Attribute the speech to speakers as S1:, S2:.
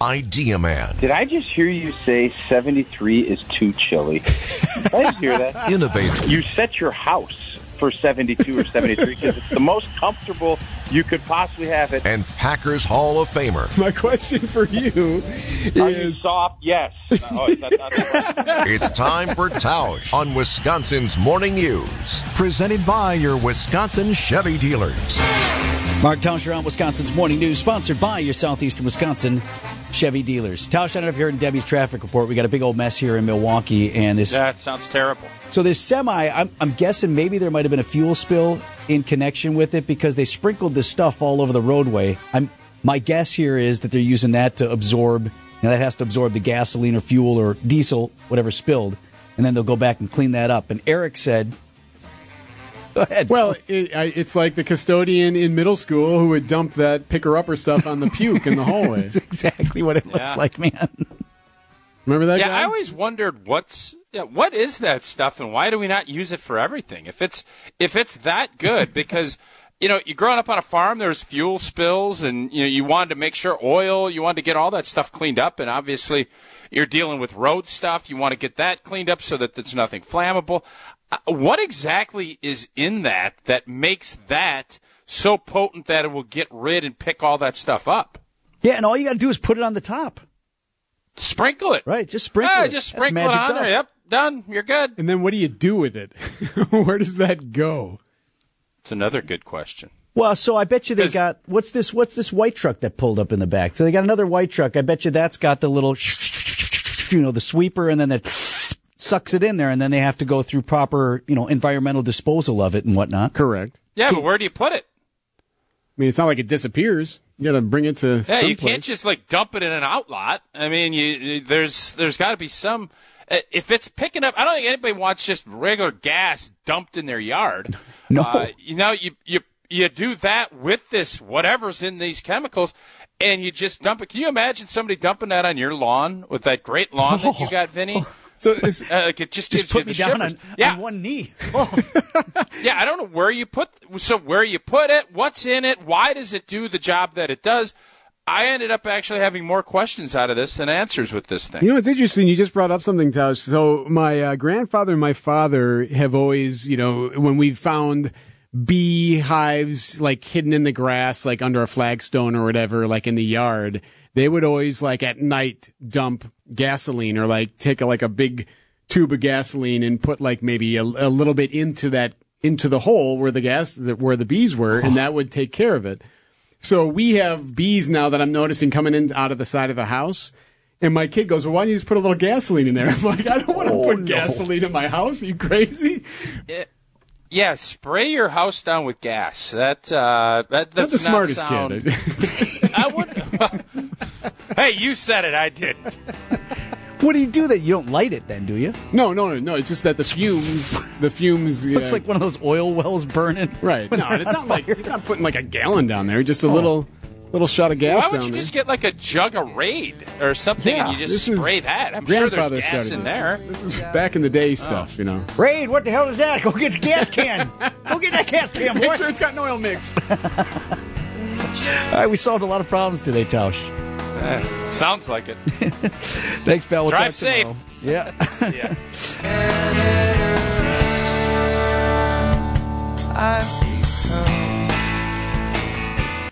S1: Idea Man.
S2: Did I just hear you say 73 is too chilly? Did I just hear that?
S1: Innovative.
S2: You set your house for 72 or 73 because it's the most comfortable you could possibly have it.
S1: And Packers Hall of Famer.
S3: My question for you
S2: Are you
S3: is
S2: soft? Yes. Oh, it's not- not-
S1: It's time for Tausch on Wisconsin's Morning News. Presented by your Wisconsin Chevy dealers.
S4: Mark Tauscher on Wisconsin's Morning News, sponsored by your Southeastern Wisconsin Chevy dealers. Tausch, I don't know if you heard in Debbie's traffic report. We got a big old mess here in Milwaukee, and this
S5: That sounds terrible.
S4: so this semi. I'm, I'm guessing maybe there might have been a fuel spill in connection with it because they sprinkled this stuff all over the roadway. I'm my guess here is that they're using that to absorb. You know, that has to absorb the gasoline or fuel or diesel, whatever spilled, and then they'll go back and clean that up. And Eric said, "Go ahead."
S3: well, it, I, it's like the custodian in middle school who would dump that picker upper stuff on the puke in the hallway.
S4: that's exactly what it looks
S5: Yeah.
S4: like, man.
S3: Remember that
S5: Yeah,
S3: guy?
S5: I always wondered what's yeah, what is that stuff and why do we not use it for everything? If it's if it's that good because you know, you growing up on a farm, there's fuel spills and you know, you wanted to make sure oil, you wanted to get all that stuff cleaned up and obviously you're dealing with road stuff, you want to get that cleaned up so that it's nothing flammable. Uh, what exactly is in that that makes that so potent that it will get rid and pick all that stuff up?
S4: Yeah, and all you got to do is put it on the top.
S5: Sprinkle it.
S4: Right, just sprinkle
S5: Ah,
S4: it.
S5: just
S4: That's
S5: sprinkle it
S4: magic
S5: on
S4: dust.
S5: there. Yep, done. You're good.
S3: and then what do you do with it? Where does that go?
S5: It's another good question.
S4: Well, so I bet you they
S5: Is-
S4: got what's this? What's this white truck that pulled up in the back? So they got another white truck. I bet you that's got the little, you know, the sweeper, and then that sucks it in there, and then they have to go through proper, you know, environmental disposal of it and whatnot.
S3: Correct.
S5: Yeah, but where do you put it?
S3: I mean, it's not like it disappears. You got to bring it to.
S5: Yeah, you
S3: someplace.
S5: can't just like dump it in an outlot. I mean, you, you there's there's got to be some. uh, If it's picking up, I don't think anybody wants just regular gas dumped in their yard.
S4: No.
S5: Uh, you know, you you you do that with this whatever's in these chemicals, and you just dump it. Can you imagine somebody dumping that on your lawn with that great lawn that you got, Vinny?
S3: So it's,
S5: Uh, like it just,
S4: Just
S5: gives
S4: put
S5: you
S4: me
S5: the
S4: down
S5: shivers.
S4: on,
S5: yeah,
S4: on one knee.
S5: Yeah, I don't know where you put so where you put it, what's in it, why does it do the job that it does? I ended up actually having more questions out of this than answers with this thing.
S3: You know, it's interesting. You just brought up something, Taj. So my uh, grandfather and my father have always, you know, when we've found bee hives like hidden in the grass, like under a flagstone or whatever, like in the yard, they would always like at night dump gasoline or like take a, like a big tube of gasoline and put like maybe a, a little bit into that into the hole where the gas where the bees were, and that would take care of it. So we have bees now that I'm noticing coming in out of the side of the house. And my kid goes, Well, why don't you just put a little gasoline in there? I'm like, I don't want to put gasoline in my house. Are you crazy?
S5: Yeah, spray your house down with gas. That uh that
S3: That's
S5: that's
S3: the
S5: not
S3: smartest
S5: sound.
S3: kid.
S5: I would Hey, you said it, I didn't.
S4: what do you do that? You don't light it, then, do you?
S3: no, no, no, no. It's just that the fumes, the fumes. Yeah.
S4: Looks like one of those oil wells burning.
S3: right. No, it's not like you're not putting like a gallon down there. Just a little, little shot of gas
S5: Why would
S3: down
S5: you
S3: there.
S5: just get like a jug of Raid or something and you just
S3: This is-
S5: spray that? I'm sure
S3: grandfather
S5: there's gas
S3: started
S5: in
S3: this.
S5: there.
S3: This is back in the day stuff, you know.
S4: Raid, what the hell is that? Go get the gas can. Go get that gas can, boy.
S3: Make sure it's got an oil mix.
S4: All right, we solved a lot of problems today, Tausch.
S5: Sounds like it.
S4: Thanks, pal. We'll
S5: Drive
S4: talk
S5: safe.
S4: tomorrow. Yeah.
S5: Yeah.
S6: I've